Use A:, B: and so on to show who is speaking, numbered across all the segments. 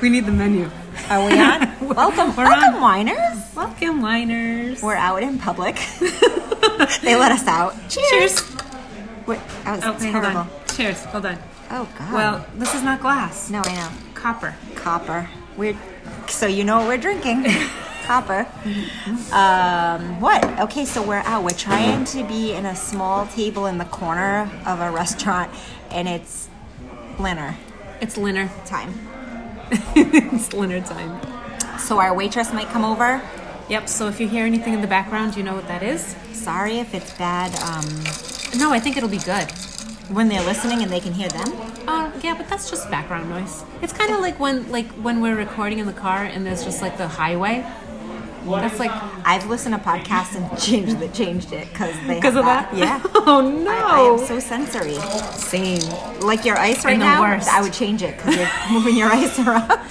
A: we need the menu.
B: Are we on? welcome,
A: We're
B: welcome,
A: on.
B: whiners.
A: Welcome, whiners.
B: We're out in public. they let us out. Cheers.
A: Cheers.
B: Wait, that was
A: Okay, hold
B: terrible.
A: on. Cheers. Hold on.
B: Oh God.
A: Well, this is not glass.
B: no, I know.
A: Copper.
B: Copper. We're so you know what we're drinking. Copper. Um, what? Okay, so we're out. We're trying to be in a small table in the corner of a restaurant, and it's dinner
A: It's Linner.
B: time.
A: it's Linner time.
B: So our waitress might come over.
A: Yep. So if you hear anything in the background, you know what that is.
B: Sorry if it's bad. Um,
A: No, I think it'll be good.
B: when they're listening and they can hear them.
A: Uh, yeah, but that's just background noise. It's kind of like when, like when we're recording in the car and there's just like the highway. That's like
B: I've listened to podcasts and changed it, changed it because they
A: because of that.
B: Yeah.
A: oh
B: I am
A: no.
B: so sensory.
A: Same.
B: Like your ice right
A: the
B: now,
A: worst.
B: I would change it because you're moving your ice around.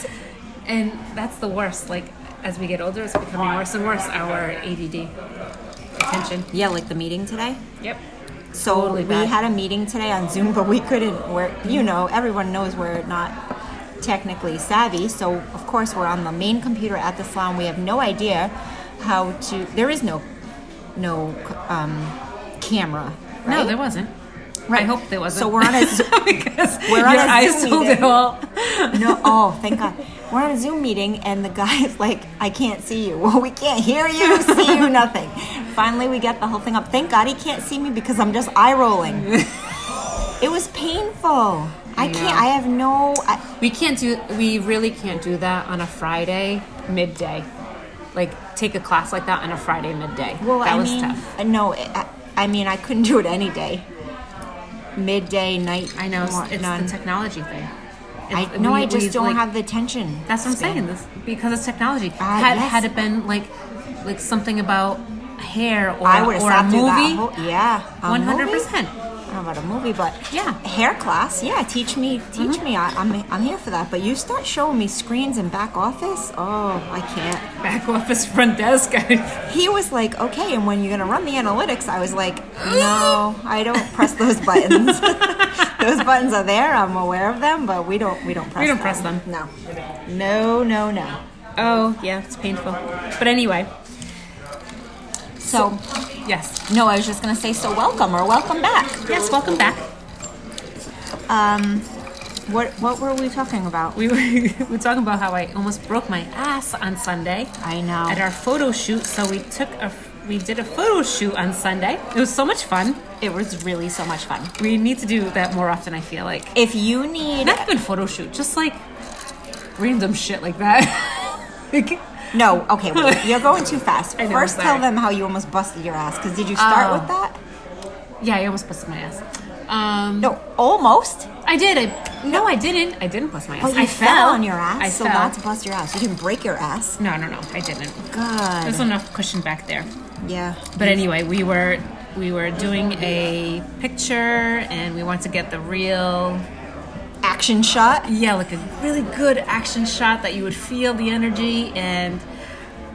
A: And that's the worst. Like as we get older, it's becoming worse and worse. Our ADD, attention.
B: Yeah, like the meeting today.
A: Yep.
B: So
A: Totally
B: we
A: bad.
B: had a meeting today on Zoom, but we couldn't. We're, you know, everyone knows we're not technically savvy. So of course we're on the main computer at the salon. We have no idea how to. There is no, no um, camera.
A: No,
B: right?
A: there wasn't.
B: Right.
A: I hope there wasn't.
B: So we're on a Zoom-
A: because
B: We're on
A: your
B: a
A: eyes
B: Zoom
A: told it
B: meeting.
A: all.
B: no. Oh, thank God. We're on a Zoom meeting, and the guy is like, "I can't see you. Well, we can't hear you, see you, nothing." Finally, we get the whole thing up. Thank God he can't see me because I'm just eye rolling. it was painful. I
A: know.
B: can't. I have no. I,
A: We can't do. We really can't do that on a Friday midday. Like take a class like that on a Friday midday.
B: well,
A: that
B: I
A: was
B: mean,
A: tough.
B: uh, no. I, I mean, I couldn't do it any day. Midday, night.
A: I know it's,
B: mor-
A: it's
B: none.
A: the technology thing.
B: I
A: It's-
B: no.
A: we-
B: I just
A: we,
B: don't
A: like-
B: have the tension.
A: That's what I'm
B: span.
A: saying. This, because it's technology.
B: Ah,
A: had
B: yes.
A: had it been like like something about hair or,
B: I would have
A: or a
B: sat through that
A: movie,
B: whole- yeah, a
A: one hundred
B: movie?
A: percent.
B: I don't know about a movie, but
A: Yeah.
B: hair class. Yeah, teach me, teach me. I, I'm, I'm here for that. But you start showing me screens and back office. Oh, I can't.
A: Back office, front desk.
B: He was like, okay, and when you're gonna run the analytics, I was like, no, I don't press those buttons. those buttons are there. I'm aware of them, but we don't, we don't press.
A: don't press them.
B: No, no, no, no.
A: oh yeah, it's painful. But anyway,
B: So,
A: yes,
B: no, I was just gonna say, so welcome or welcome back. Um,
A: yes. Welcome back.
B: What, what were we talking about?
A: We were, we were talking about how I almost broke my ass on Sunday
B: I know.
A: at our photo shoot. So we took a we did a photo shoot on Sunday. It was so much fun.
B: It was really so much fun.
A: We need to do that more often. I feel like
B: If you need
A: not even photo shoot, just like random shit like that. like,
B: No, okay, wait. You're going too fast.
A: I know,
B: First,
A: sorry.
B: tell them how you almost busted your ass. Because did you start
A: Oh.
B: with that?
A: yeah, I almost busted my ass. Um,
B: No, almost.
A: I did. I no, I didn't. I didn't bust my ass.
B: But you
A: I
B: fell. on your ass.
A: I
B: so
A: fell.
B: not to bust your ass. You didn't break your ass.
A: no, no, no. I didn't. There's
B: God.
A: enough cushion back there.
B: Yeah.
A: But anyway, we were we were doing a picture, and we want to get the real
B: Action shot.
A: yeah, like a really good action shot that you would feel the energy. And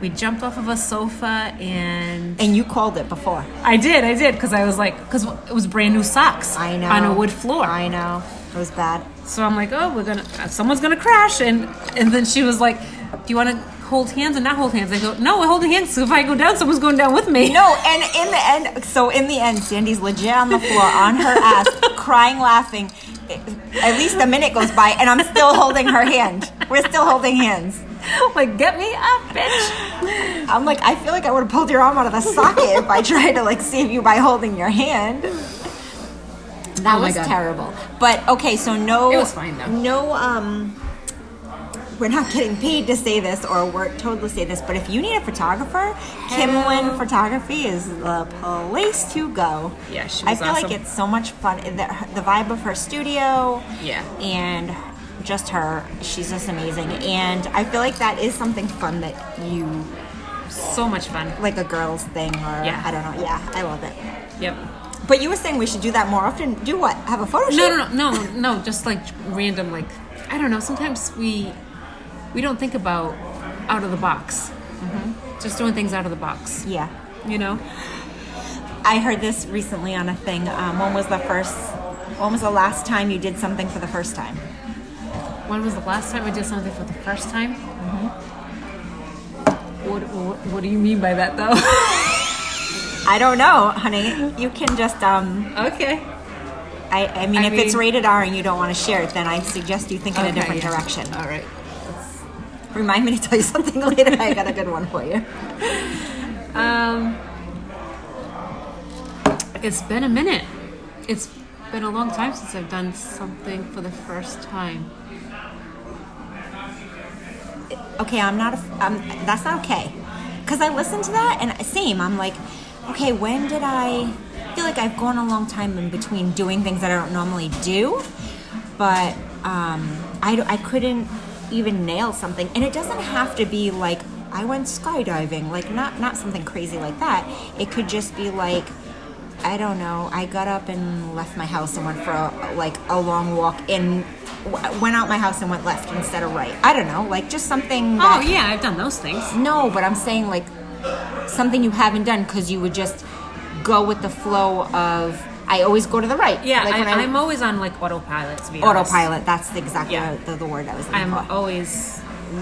A: we jumped off of a sofa, and
B: And you called it before.
A: I did, I did, because I was like, because it was brand new socks.
B: I know.
A: on a wood floor.
B: I know. It was bad.
A: So I'm like, oh, we're gonna, uh, someone's gonna crash, and and then she was like, do you want to hold hands and not hold hands? I go, no, we're holding hands. So if I go down, someone's going down with me.
B: No, and in the end, so in the end, Sandy's legit on the floor on her ass, crying, laughing. At least a minute goes by, and I'm still holding her hand. We're still holding hands.
A: like, get me up, bitch.
B: I'm like, I feel like I would have pulled your arm out of the socket if I tried to like save you by holding your hand. That
A: Oh my
B: was
A: God.
B: terrible. But okay, so no,
A: It was fine, though.
B: No, um, we're not getting paid to say this, or we're totally say this. But if you need a photographer, Kimlin Photography is the place to go.
A: Yeah, she
B: I
A: was
B: feel like
A: awesome.
B: it's so much fun. The, the vibe of her studio,
A: Yeah.
B: and just her, she's just amazing. And I feel like that is something fun that you
A: So much fun.
B: like a girl's thing or
A: Yeah.
B: I don't know. Yeah, I love it.
A: Yep.
B: But you were saying we should do that more often. Do what? Have a photo shoot?
A: No, no, no, no, no. Just like random, like I don't know. Sometimes we we don't think about out of the box. Just doing things out of the box,
B: Yeah.
A: you know.
B: I heard this recently on a thing. Um, when was the first? When was the last time you did something for the first time?
A: When was the last time I did something for the first time? Mm-hmm. What, what, what do you mean by that, though?
B: I don't know, honey. You can just um.
A: okay.
B: I, I mean,
A: I
B: if it's
A: mean-
B: rated R and you don't want to share it, then I suggest you think in a
A: Okay,
B: different
A: yeah.
B: direction.
A: All right.
B: Remind me to tell you something later. I got a good one for you.
A: Um, it's been a minute. It's been a long time since I've done something for the first time.
B: okay, I'm not, a, I'm, that's not okay. Because I listened to that and same, I'm like, okay, when did I I feel like I've gone a long time in between doing things that I don't normally do, but um, I, I couldn't even nail something. And it doesn't have to be like, I went skydiving, like not, not something crazy like that. It could just be like, I don't know. I got up and left my house and went for a, like a long walk and w- went out my house and went left instead of right. I don't know, like just something.
A: Oh
B: That,
A: yeah, I've done those things.
B: No, but I'm saying like something you haven't done because you would just go with the flow of. I always go to the right.
A: Yeah,
B: like
A: I, I, am always on like autopilot. To be honest.
B: autopilot. That's exactly
A: Yeah.
B: the, the word I was. Looking
A: I'm
B: for.
A: always,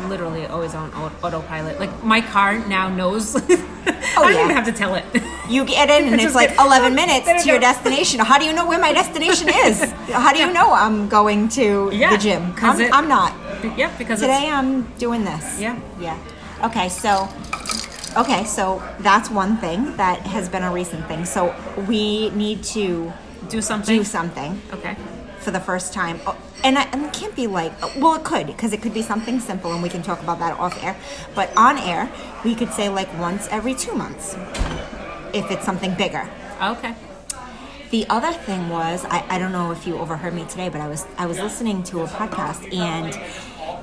A: literally, always on au- autopilot. Like my car now knows. I don't
B: Oh, yeah.
A: even have to tell it.
B: You get in
A: It's
B: and it's,
A: just
B: like
A: like,
B: 11
A: there
B: minutes to
A: you
B: your
A: go.
B: destination. How do you know where my destination is? How do you know I'm going to
A: Yeah,
B: the gym?
A: 'cause
B: I'm,
A: it-
B: I'm not.
A: yep, because
B: Today I'm doing this.
A: Yeah.
B: Yeah. Okay, so okay, so that's one thing that has been a recent thing. So we need to
A: it's do something.
B: do something
A: okay.
B: for the first time. Oh, And, I, and it can't be like, well, it could, because it could be something simple and we can talk about that off air. But on air, we could say like once every two months if it's something bigger.
A: Okay.
B: The other thing was, I, I don't know if you overheard me today, but I was I was listening to a podcast and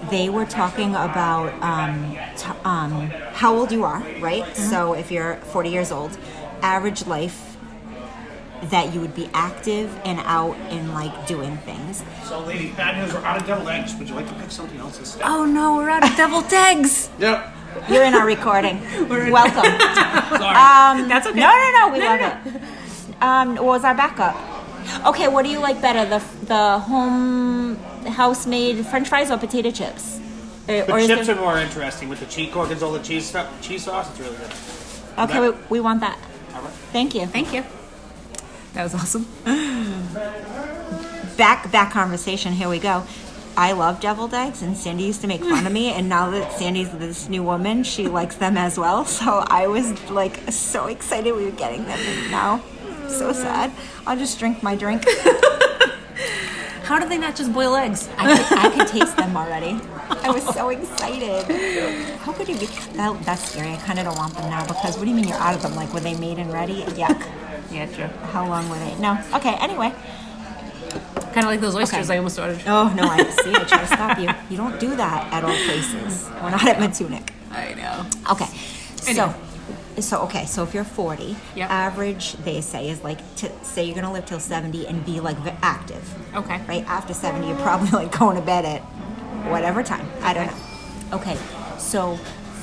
B: they were talking about um, t- um, how old you are, right? So if you're 40 years old, average life that you would be active and out and like doing things.
C: So, ladies, bad news, we're out of deviled eggs. Would you like to pick something else instead?
A: Oh no, we're out of double tags.
C: Yep.
B: You're in our recording. Welcome.
C: Sorry.
B: Um,
A: That's okay.
B: No, no, no. We
A: No,
B: love
A: no,
B: it. Um, what was our backup? Okay, what do you like better, the the home house made French fries or potato chips? Uh,
C: the
B: or is
C: chips
B: there-
C: are more interesting with the cheese gorgonzola cheese stu- cheese sauce. It's really good.
B: okay, we, we want that.
C: All right.
B: Thank you.
A: Thank you. That was awesome.
B: Back back conversation. Here we go. I love deviled eggs, and Sandy used to make fun of me. And now that Sandy's this new woman, she likes them as well. So I was like so excited we were getting them, and now so sad. I'll just drink my drink.
A: How do they not just boil eggs?
B: I could, I could taste them already. I was so excited. How could you be? That, that's scary. I kind of don't want them now because what do you mean you're out of them? Like, were they made and ready? Yuck.
A: Yeah, true.
B: How long were they? No. Okay, anyway.
A: Kind of like those oysters
B: Okay.
A: I almost ordered.
B: Oh, no, I see. I try to stop you. You don't do that at all places. We're not at Matunic.
A: I know.
B: Okay.
A: Anyway.
B: So, so okay. So if you're 40,
A: Yep.
B: average they say is like to say you're gonna live till 70 and be like v- active.
A: Okay.
B: Right after 70, you're probably like going to bed at whatever time. I don't
A: Okay.
B: know. Okay. So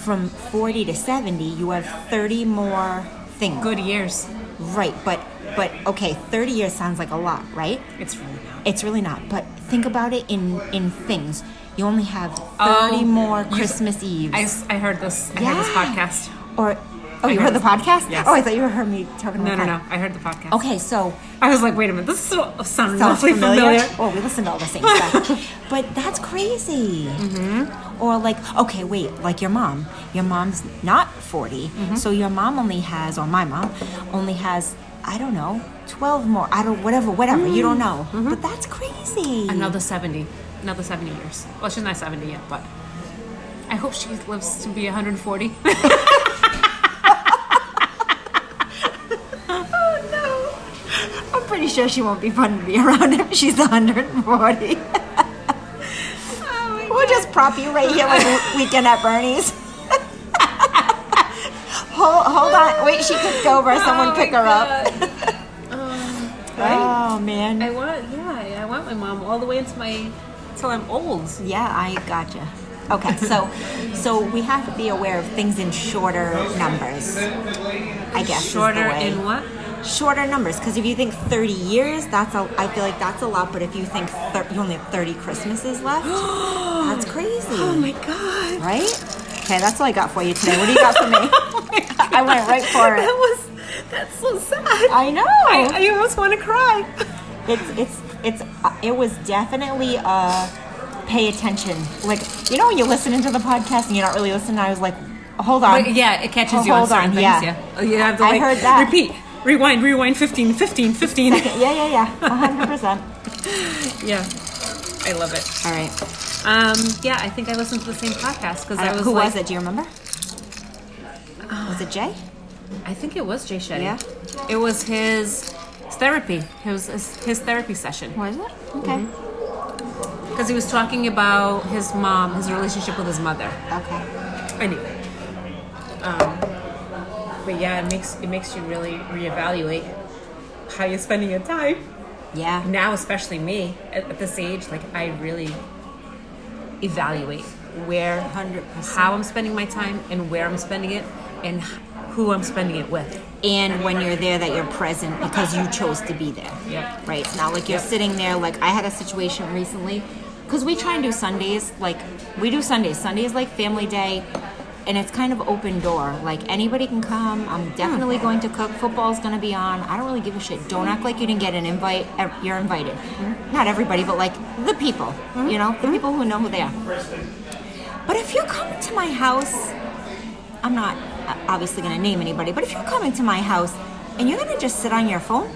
B: from 40 to 70, you have 30 more things.
A: Good years.
B: Right. But but okay, 30 years sounds like a lot, right?
A: It's really not.
B: It's really not. But think about it in in things. You only have 30
A: Oh,
B: more
A: you-
B: Christmas Eves.
A: I, s- I heard this. I heard this
B: Yeah.
A: podcast.
B: Or oh, you
A: heard
B: heard the
A: it.
B: podcast?
A: Yes.
B: Oh, I thought you heard me talking
A: No,
B: about
A: no,
B: that.
A: no. I heard the podcast.
B: Okay, so
A: I was like, wait a minute. This is so sounds
B: sounds
A: awfully
B: familiar. Mm.
A: familiar.
B: Well, we listen to all the same stuff, but that's crazy. Or like, okay, wait, like your mom. Your mom's not 40 so your mom only has, or my mom only has, I don't know, twelve more. I don't, whatever, whatever. You don't know, but that's crazy.
A: Another seventy. Another seventy years. Well, she's not seventy yet, but I hope she lives to be one hundred and forty.
B: I'm pretty sure she won't be fun to be around if she's 140.
A: Oh,
B: we'll just prop you right here like weekend at Bernie's. hold, hold on. Wait, she tipped over.
A: Oh
B: Someone pick her up.
A: right?
B: Oh man.
A: Um, I want. Yeah, I want my mom all the way into my till I'm old.
B: Yeah, I gotcha. Okay, so so we have to be aware of things in shorter numbers. I guess is the
A: Shorter
B: way.
A: in what?
B: shorter numbers because if you think 30 years that's a i feel like that's a lot but if you think thir- you only have 30 christmases left that's crazy
A: Oh my god.
B: right okay that's all i got for you today what do you got for me i went right for
A: That
B: it
A: was that's so sad.
B: i know
A: I, I almost want to cry.
B: it's it's it's uh, it was definitely uh pay attention like you know when you're listening to the podcast and you're not really listening i was like hold on
A: But yeah, it catches
B: Oh,
A: you on
B: hold
A: certain
B: on,
A: things.
B: yeah.
A: Yeah. Oh, you have to,
B: I
A: like,
B: heard that.
A: Repeat. Rewind, rewind, 15, 15, 15.
B: yeah yeah yeah 100%
A: yeah. I love it.
B: all right
A: Um, yeah, I think I listened to the same podcast because
B: I
A: I
B: don't-
A: was
B: Uh, who
A: like,
B: was it? Do you remember? was it Jay?
A: I think it was Jay Shetty.
B: Yeah?
A: It was his therapy. It was his, his therapy session
B: Was it? Okay.
A: because he was talking about his mom, his relationship with his mother.
B: Mm-hmm. Okay.
A: Anyway. Um, but yeah, it makes it makes you really reevaluate how you're spending your time.
B: Yeah.
A: now especially me at, at this age like i really evaluate where
B: 100%.
A: how i'm spending my time and where i'm spending it and h- who i'm spending it with
B: And when you're there, that you're present because you chose to be there.
A: Yep.
B: Right. It's not like you're sitting there. Like I had a situation recently, because we try and do Sundays. Like we do Sundays. Sundays like family day, and it's kind of open door. Like anybody can come. I'm definitely going to cook. Football's going to be on. I don't really give a shit. Don't act like you didn't get an invite. Ev- You're invited. Not everybody, but like the people. You know, the people who know who they are. But if you're coming to my house, I'm not uh, obviously going to name anybody, but if you're coming to my house and you're going to just sit on your phone,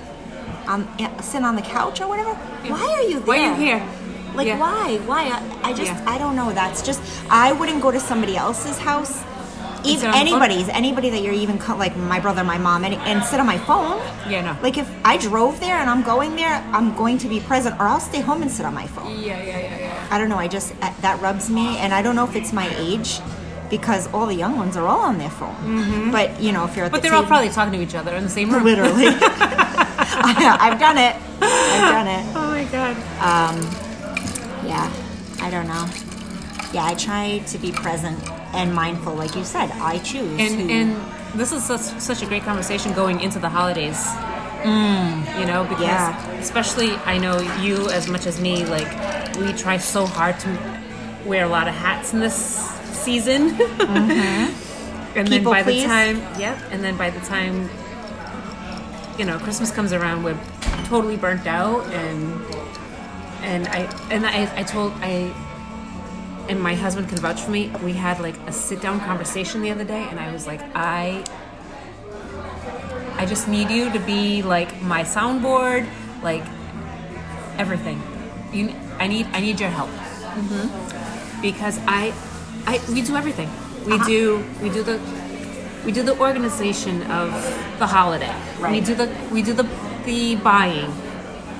B: um, yeah, sit on the couch or whatever, why are you there?
A: Why are you here?
B: Like,
A: Yeah.
B: why? Why? I, I just,
A: Yeah.
B: I don't know. That's just, I wouldn't go to somebody else's house.
A: sit
B: Even
A: on the phone?
B: anybody's, anybody that you're even co- like my brother, my mom, and, and sit on my phone.
A: Yeah, no.
B: Like if I drove there and I'm going there, I'm going to be present, or I'll stay home and sit on my phone.
A: yeah yeah yeah yeah
B: I don't know. I just uh, that rubs me, and I don't know if it's my age because all the young ones are all on their phone. But you know, if you're
A: Mm-hmm. but
B: at the
A: they're all
B: table-
A: probably talking to each other in the same room
B: literally. I've done it. I've done it.
A: oh my god
B: Yeah, I don't know. Yeah, I try to be present and mindful, like you said. I choose.
A: and
B: to-
A: and this is such, such a great conversation going into the holidays you know because
B: Mm. Yeah.
A: especially i know you as much as me like we try so hard to wear a lot of hats in this season and then
B: People
A: by
B: please.
A: the time yep and then by the time you know christmas comes around we're totally burnt out and and i and i, I told i and my husband can vouch for me. We had like a sit down conversation the other day, and I was like, I, I just need you to be like my soundboard, like everything. You, I need, I need your help
B: Mm-hmm.
A: because I, I, we do everything. We
B: Uh-huh.
A: do, we do the, we do the organization of the holiday. We
B: Right.
A: do the, we do the, the buying.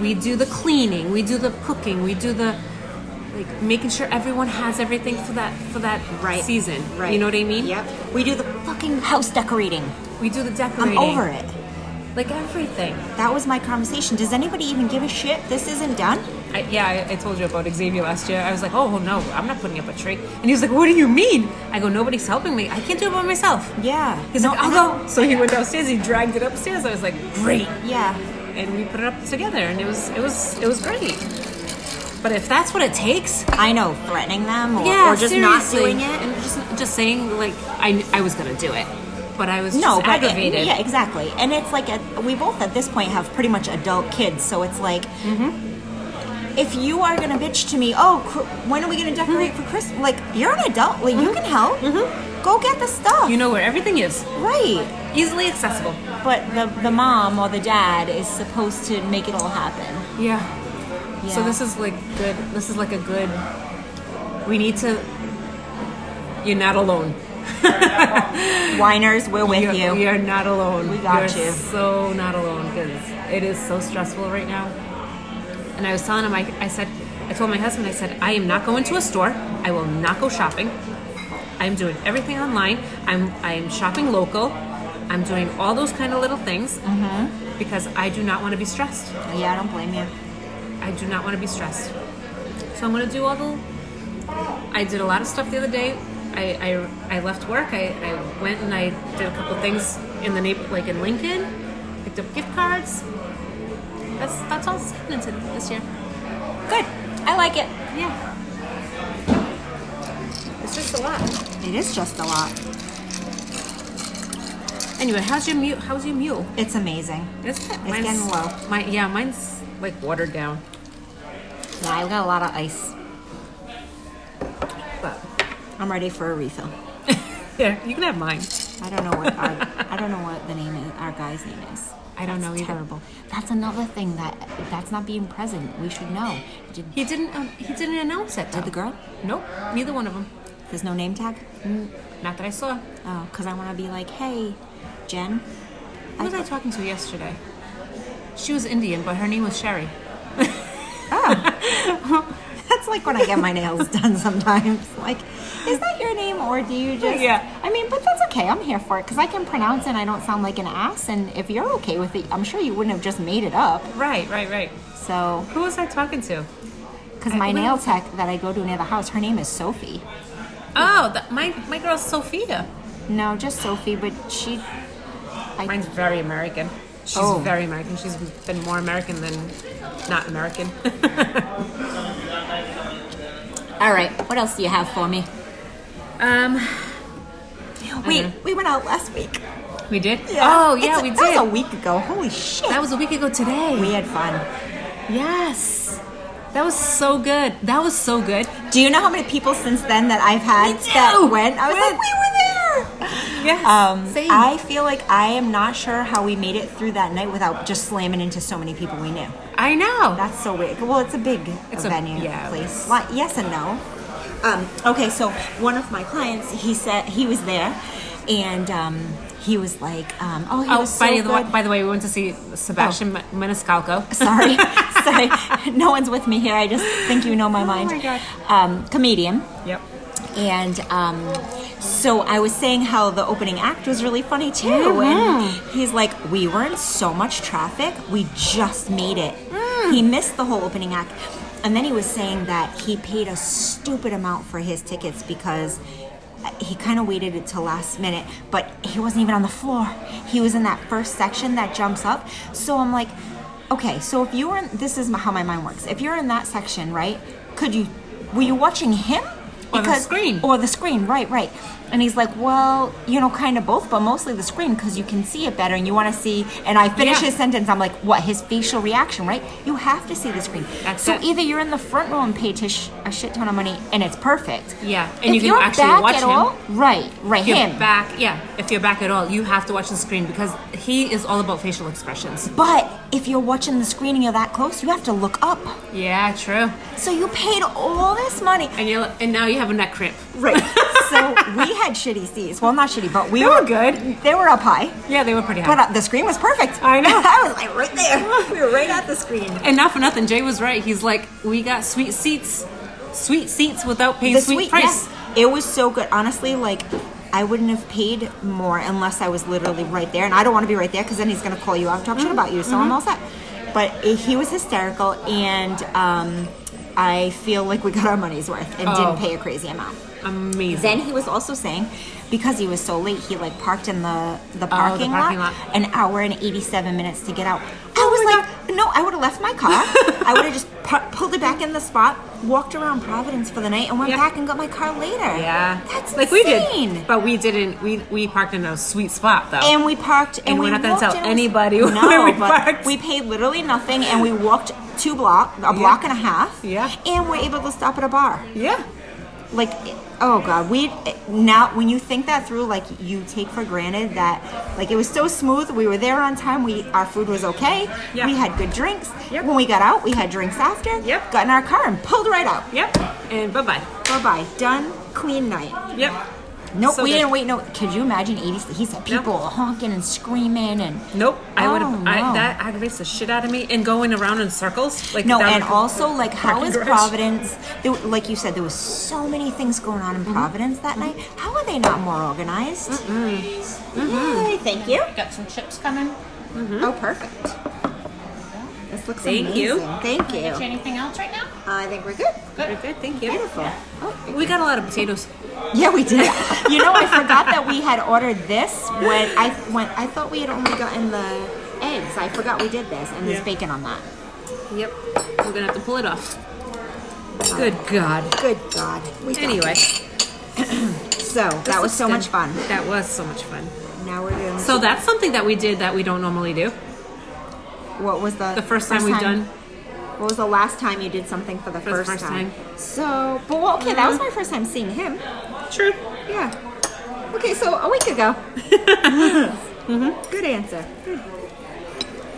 A: We do the cleaning. We do the cooking. We do the like making sure everyone has everything for that for that
B: Right.
A: season.
B: Right.
A: You know what I mean?
B: Yep. We do the fucking house decorating.
A: We do the
B: I'm
A: decorating.
B: over it.
A: Like everything.
B: That was my conversation. Does anybody even give a shit? This isn't done.
A: I, yeah, I, I told you about Xavier last year. I was like, oh no, I'm not putting up a tree. And he was like, what do you mean? I go, nobody's helping me. I can't do it by myself.
B: Yeah.
A: He's
B: No,
A: like, I'll
B: I don't-
A: go. So he went downstairs. He dragged it upstairs. I was like, great.
B: Yeah.
A: And we put it up together, and it was it was it was great. But if that's what it takes,
B: I know, threatening them or,
A: yeah,
B: or just
A: seriously.
B: not doing it.
A: and just just saying like I I was gonna do it, but I was
B: No,
A: just
B: but
A: aggravated.
B: yeah, exactly. And it's like a, we both at this point have pretty much adult kids, so it's like
A: Mm-hmm.
B: if you are gonna bitch to me, oh, cr- when are we gonna decorate for Christmas? Like you're an adult, like you can help. Go get the stuff,
A: Mm-hmm. You know where everything is.
B: right?
A: Easily accessible.
B: But the the mom or the dad is supposed to make it all happen.
A: Yeah.
B: Yeah.
A: So this is like good this is like a good we need to You're not alone.
B: whiners, we're with
A: You're-
B: you.
A: We are not alone.
B: We got
A: You're
B: you.
A: So not alone because it is so stressful right now. And I was telling him, I, I said, I told my husband, I said, I am not going to a store. I will not go shopping. I'm doing everything online. I'm I'm shopping local. I'm doing all those kind of little things
B: Mm-hmm.
A: because I do not want to be stressed.
B: Yeah, I don't blame you.
A: I do not want to be stressed. So I'm going to do all the. I did a lot of stuff the other day. I, I, I left work. I, I went and I did a couple things in the neighbor, like in Lincoln, like picked up gift cards. That's that's all that's happening to this year.
B: Good. I like it.
A: Yeah. It's just a lot.
B: It is just a lot.
A: Anyway, how's your mule? How's your mule?
B: It's amazing.
A: It's, it's
B: getting low.
A: My yeah, mine's like watered down.
B: Yeah, I've got a lot of ice. But I'm ready for a refill.
A: Yeah, you can have mine.
B: I don't know what our, I don't know what the name is, our guy's name is.
A: I don't know
B: That's
A: either.
B: Terrible. That's another thing that that's not being present. We should know. Did,
A: He didn't. Um, he didn't announce it.
B: did the girl?
A: Nope. Neither one of them.
B: There's no name tag.
A: Not that I saw.
B: Oh, because I want to be like, hey, Jen.
A: Who was I talking to yesterday? She was Indian, but her name was Sherry.
B: That's like when I get my nails done sometimes. Like, is that your name or do you just?
A: Yeah.
B: I mean, but that's okay. I'm here for it because I can pronounce it. and I don't sound like an ass. And if you're okay with it, I'm sure you wouldn't have just made it up.
A: Right, right, right.
B: So,
A: Who was I talking to?
B: because
A: I-
B: my
A: well-
B: nail tech that I go to near the house, her name is Sophie.
A: Oh, the, my my girl Sophia.
B: No, just Sophie, but she. I,
A: Mine's very American. She's
B: Oh.
A: very American. She's been more American than not American.
B: all right, what else do you have for me?
A: um,
B: Wait, we went out last week.
A: we did. Oh yeah,
B: It's-
A: we did.
B: That was a week ago. Holy shit.
A: That was a week ago today.
B: we had fun.
A: yes. That was so good. That was so good.
B: Do you know how many people since then that I've had
A: Me too.
B: that went? I was
A: Went.
B: like, we were there.
A: Yes.
B: Um,
A: Same.
B: I feel like I am not sure how we made it through that night without just slamming into so many people we knew.
A: I know.
B: That's so weird. Well, it's a big
A: It's a-
B: venue
A: yeah, it
B: place.
A: was-
B: Why- yes and no. Um, okay, so one of my clients, he said he was there, and um, he was like, um, "Oh, he
A: Oh,
B: was so
A: by,
B: good."
A: the, wa- by the way, we went to see Sebastian oh. Maniscalco.
B: sorry, sorry, no one's with me here. I just think you know my mind.
A: Oh my God.
B: Um, comedian.
A: Yep.
B: And um, so I was saying how the opening act was really funny too. And he's like, We were in so much traffic, we just made it. He missed the whole opening act. And then he was saying that he paid a stupid amount for his tickets because uh, he kind of waited it till last minute, but he wasn't even on the floor. He was in that first section that jumps up. So I'm like, okay, so if you were in, this is how my mind works. If you're in that section, right, could you, were you watching him?
A: Or the screen.
B: Or the screen, right, right. And he's like, well, you know, kind of both, but mostly the screen because you can see it better and you want to see. And I finish
A: Yeah.
B: his sentence. I'm like, what? His facial reaction, right? You have to see the screen.
A: That's
B: so
A: it.
B: either you're in the front row and paid his sh- a shit ton of money and it's perfect.
A: Yeah, and you
B: If
A: can
B: you're
A: actually
B: back
A: watch
B: at
A: him.
B: all- right, right,
A: If you're
B: him.
A: back, yeah. If you're back at all, you have to watch the screen because he is all about facial expressions.
B: But if you're watching the screen and you're that close, you have to look up.
A: Yeah, true.
B: So you paid all this money.
A: And you are and now you have a neck cramp.
B: Right. so we had shitty seats. Well, not shitty, but we
A: They were good.
B: They were up high.
A: Yeah, they were pretty
B: But
A: high.
B: uh, the screen was perfect.
A: I know.
B: I was like right there. We were right at the screen.
A: and not for nothing, Jay was right. He's like, we got sweet seats, sweet seats without paying
B: The
A: sweet,
B: sweet,
A: price.
B: yes. It was so good. Honestly, like I wouldn't have paid more unless I was literally right there, and I don't want to be right there because then he's going to call you out and talk shit about you. So I'm all set. But it, he was hysterical, and um, I feel like we got our money's worth and
A: Oh.
B: didn't pay a crazy amount.
A: Amazing.
B: Then he was also saying, because he was so late, he like parked in the the parking,
A: Oh, parking lot. Oh
B: an hour and eighty seven minutes to get out. I was like, no, I would have left my car. I would have just pu- pulled it back in the spot, walked around Providence for the night, and went
A: Yeah.
B: back and got my car later.
A: yeah,
B: that's
A: like
B: insane.
A: we did, but we didn't. We we parked in a sweet spot though.
B: And we parked, and,
A: And
B: we
A: we're not gonna
B: walked
A: tell
B: and it was-
A: anybody
B: no,
A: where we
B: but
A: parked.
B: We paid literally nothing, and we walked two block, a block and a half.
A: Yeah.
B: and we're able to stop at a bar.
A: yeah,
B: like oh god we now when you think that through like you take for granted that like it was so smooth we were there on time we our food was okay
A: Yeah.
B: we had good drinks
A: Yep.
B: when we got out we had drinks after
A: Yep.
B: got in our car and pulled right out
A: yep. And bye bye.
B: bye-bye done clean night
A: Yep.
B: nope
A: So
B: we
A: good.
B: didn't wait no could you imagine 80s he said
A: No.
B: people honking and screaming and
A: Nope, I would
B: Oh,
A: have.
B: no.
A: I That aggravates the shit out of me. And going around in circles, like
B: No,
A: down
B: and
A: the-
B: also like how
A: parking
B: is
A: garage.
B: Providence? There, like you said, there was so many things going on
A: Mm-hmm.
B: in Providence that night. How are they not more organized? Yay,
A: Mm-hmm.
B: thank you.
A: Got some chips coming.
B: Oh, perfect. This looks
A: Mm-hmm. Thank
B: amazing.
A: you.
B: Thank you. Uh,
A: Anything else right now?
B: I think we're good.
A: Good, good. Thank you.
B: Beautiful. Oh,
A: We got a lot of potatoes.
B: yeah, we did. you know, I forgot that we had ordered this when I when I thought we had only gotten the egg. eggs. I forgot we did this, and
C: Yeah.
B: there's bacon on that.
A: Yep. We're gonna have to pull it off. Good God.
B: Good God. We done.
A: Anyway,
B: So
A: this
B: that was
A: is
B: so
A: good.
B: much fun.
A: That was so much fun.
B: Now we're doing.
A: So that's something that we did that we don't normally do.
B: what was the
A: The first time we've done.
B: What was the last time you did something for the
A: the
B: first,
A: first
B: time?
A: time.
B: So, but well, okay, that was my first time seeing him.
C: Sure.
B: Yeah. Okay, so a week ago. Mm-hmm. Good answer. Good.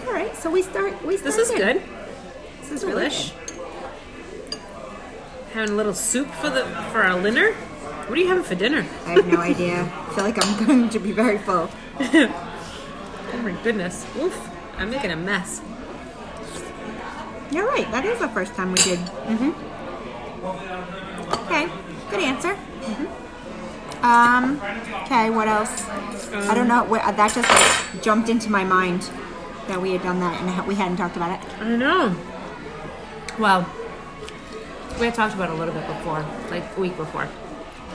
B: All right, so we start. We start
A: This is
B: there.
A: good.
B: This is really
A: Delish. Having a little soup for the for our dinner. What are you having for dinner?
B: good. I have no idea. I feel like I'm going to be very full.
A: Oh my goodness. Oof. I'm making a mess.
B: You're right. That is the first time we did. Mm-hmm. Okay. Good answer. Um. Okay. What else? I don't know. Wh- That just like, jumped into my mind that we had done that and ha- we hadn't talked about it.
A: I know. Well, we had talked about it a little bit before, like a week before.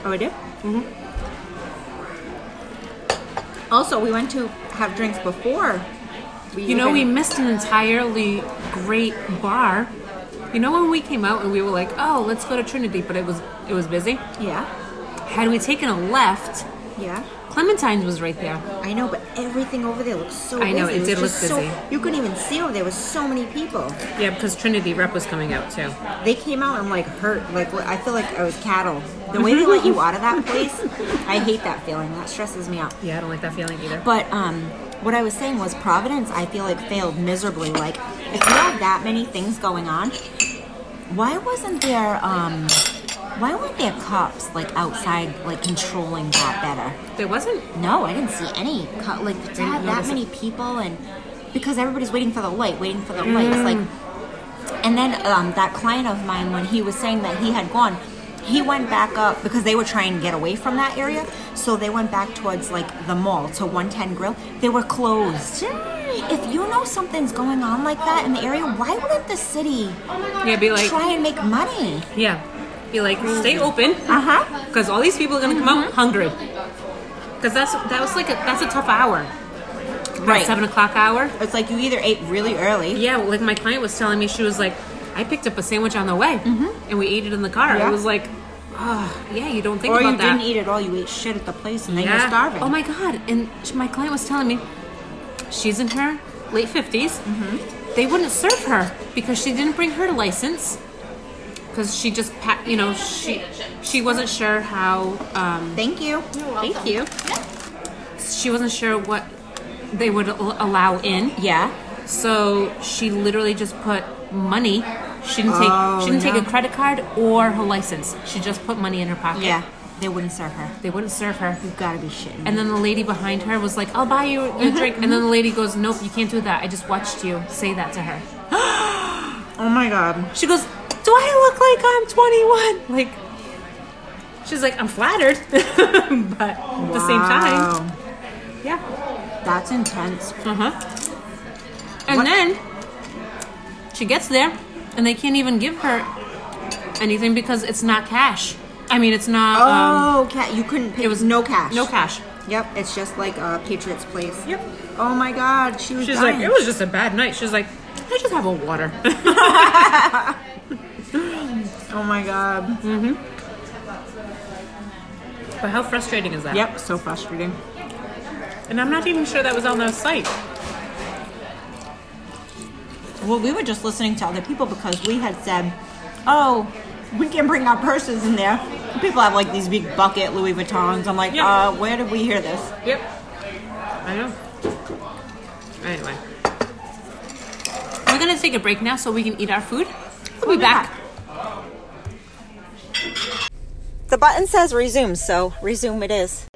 B: Oh, we did. Mm-hmm. Also, we went to have drinks before. We
A: You know, we
B: even-
A: missed an entirely great bar. You know when we came out and we were like, "Oh, let's go to Trinity," but it was it was busy.
B: Yeah.
A: Had we taken a left,
B: Yeah.
A: Clementine's was right there.
B: I know, but everything over there looked so.
A: I know,
B: busy.
A: it
B: was
A: did
B: just
A: look
B: so-
A: busy.
B: you couldn't even see over there. There was so many people.
A: Yeah, because Trinity Rep was coming out too.
B: They came out and like hurt. Like I feel like I was cattle. The way they let you out of that place, I hate that feeling. That stresses me out.
A: Yeah, I don't like that feeling either.
B: But um, what I was saying was Providence. I feel like failed miserably. Like if you had that many things going on, why wasn't there um, why weren't there cops like outside like controlling that better?
A: There wasn't.
B: No, I didn't see any. Co- like to have that
A: notice
B: many people and because everybody's waiting for the light, waiting for the light.
A: Mm.
B: It's like, and then um, that client of mine, when he was saying that he had gone, he went back up because they were trying to get away from that area. So they went back towards like the mall to 110 Grill. They were closed. If you know something's going on like that in the area, why wouldn't the city
A: Yeah, be like,
B: try and make money?
A: yeah, be like, stay open,
B: Uh huh.
A: because all these people are gonna come out hungry. Because that's that was like a, that's a tough hour. About
B: Right.
A: Seven o'clock hour.
B: It's like you either ate really early.
A: Yeah, like my client was telling me, she was like, I picked up a sandwich on the way, and we ate it in the car.
B: Mm-hmm. Yeah.
A: I was like, oh, yeah, you don't think
B: Or
A: about
B: you
A: that.
B: didn't eat at all. You ate shit at the place, and then
A: yeah.
B: you're starving.
A: Oh my god! And sh- my client was telling me, she's in her late 50s
B: Mm-hmm.
A: They wouldn't serve her because she didn't bring her license. Because she just, pa- you know, she she wasn't sure how um,
B: Thank you. Thank you.
A: she wasn't sure what they would al- allow in.
B: Yeah.
A: So she literally just put money. She didn't take
B: Oh,
A: she didn't
B: no.
A: take a credit card or her license. She just put money in her pocket.
B: Yeah. They wouldn't serve her.
A: They wouldn't serve her.
B: You've got to be shitting. me.
A: And then the lady behind her was like, I'll buy you
B: Mm-hmm,
A: a drink. And then the lady goes, Nope, you can't do that. I just watched you say that to her.
B: oh my god.
A: She goes, Do I look like I'm 21? Like, she's like, I'm flattered. but at the same time,
B: Wow.
A: yeah.
B: That's intense.
A: Uh huh. Uh-huh. And then she gets there and they can't even give her anything because it's not cash. I mean, it's not. um,
B: Oh, cat. You couldn't pay.
A: it was
B: no cash.
A: No cash.
B: Yep. It's just like uh, Patriots Place.
A: Oh. Yep.
B: Oh my god. She was.
A: She's
B: dying.
A: like, it was just a bad night. She's like, I just have a water.
B: Oh my god.
A: but how frustrating is that?
B: Yep. So frustrating.
A: And I'm not even sure that was on their site.
B: Well, we were just listening to other people because we had said, oh, we can bring our purses in there. People have like these big bucket Louis Vuittons. I'm like,
A: Yeah.
B: uh, where did we hear this?
A: Yep. I know. Anyway. We're gonna take a break now so we can eat our food. We'll be back.
B: The button says resume, so resume it is.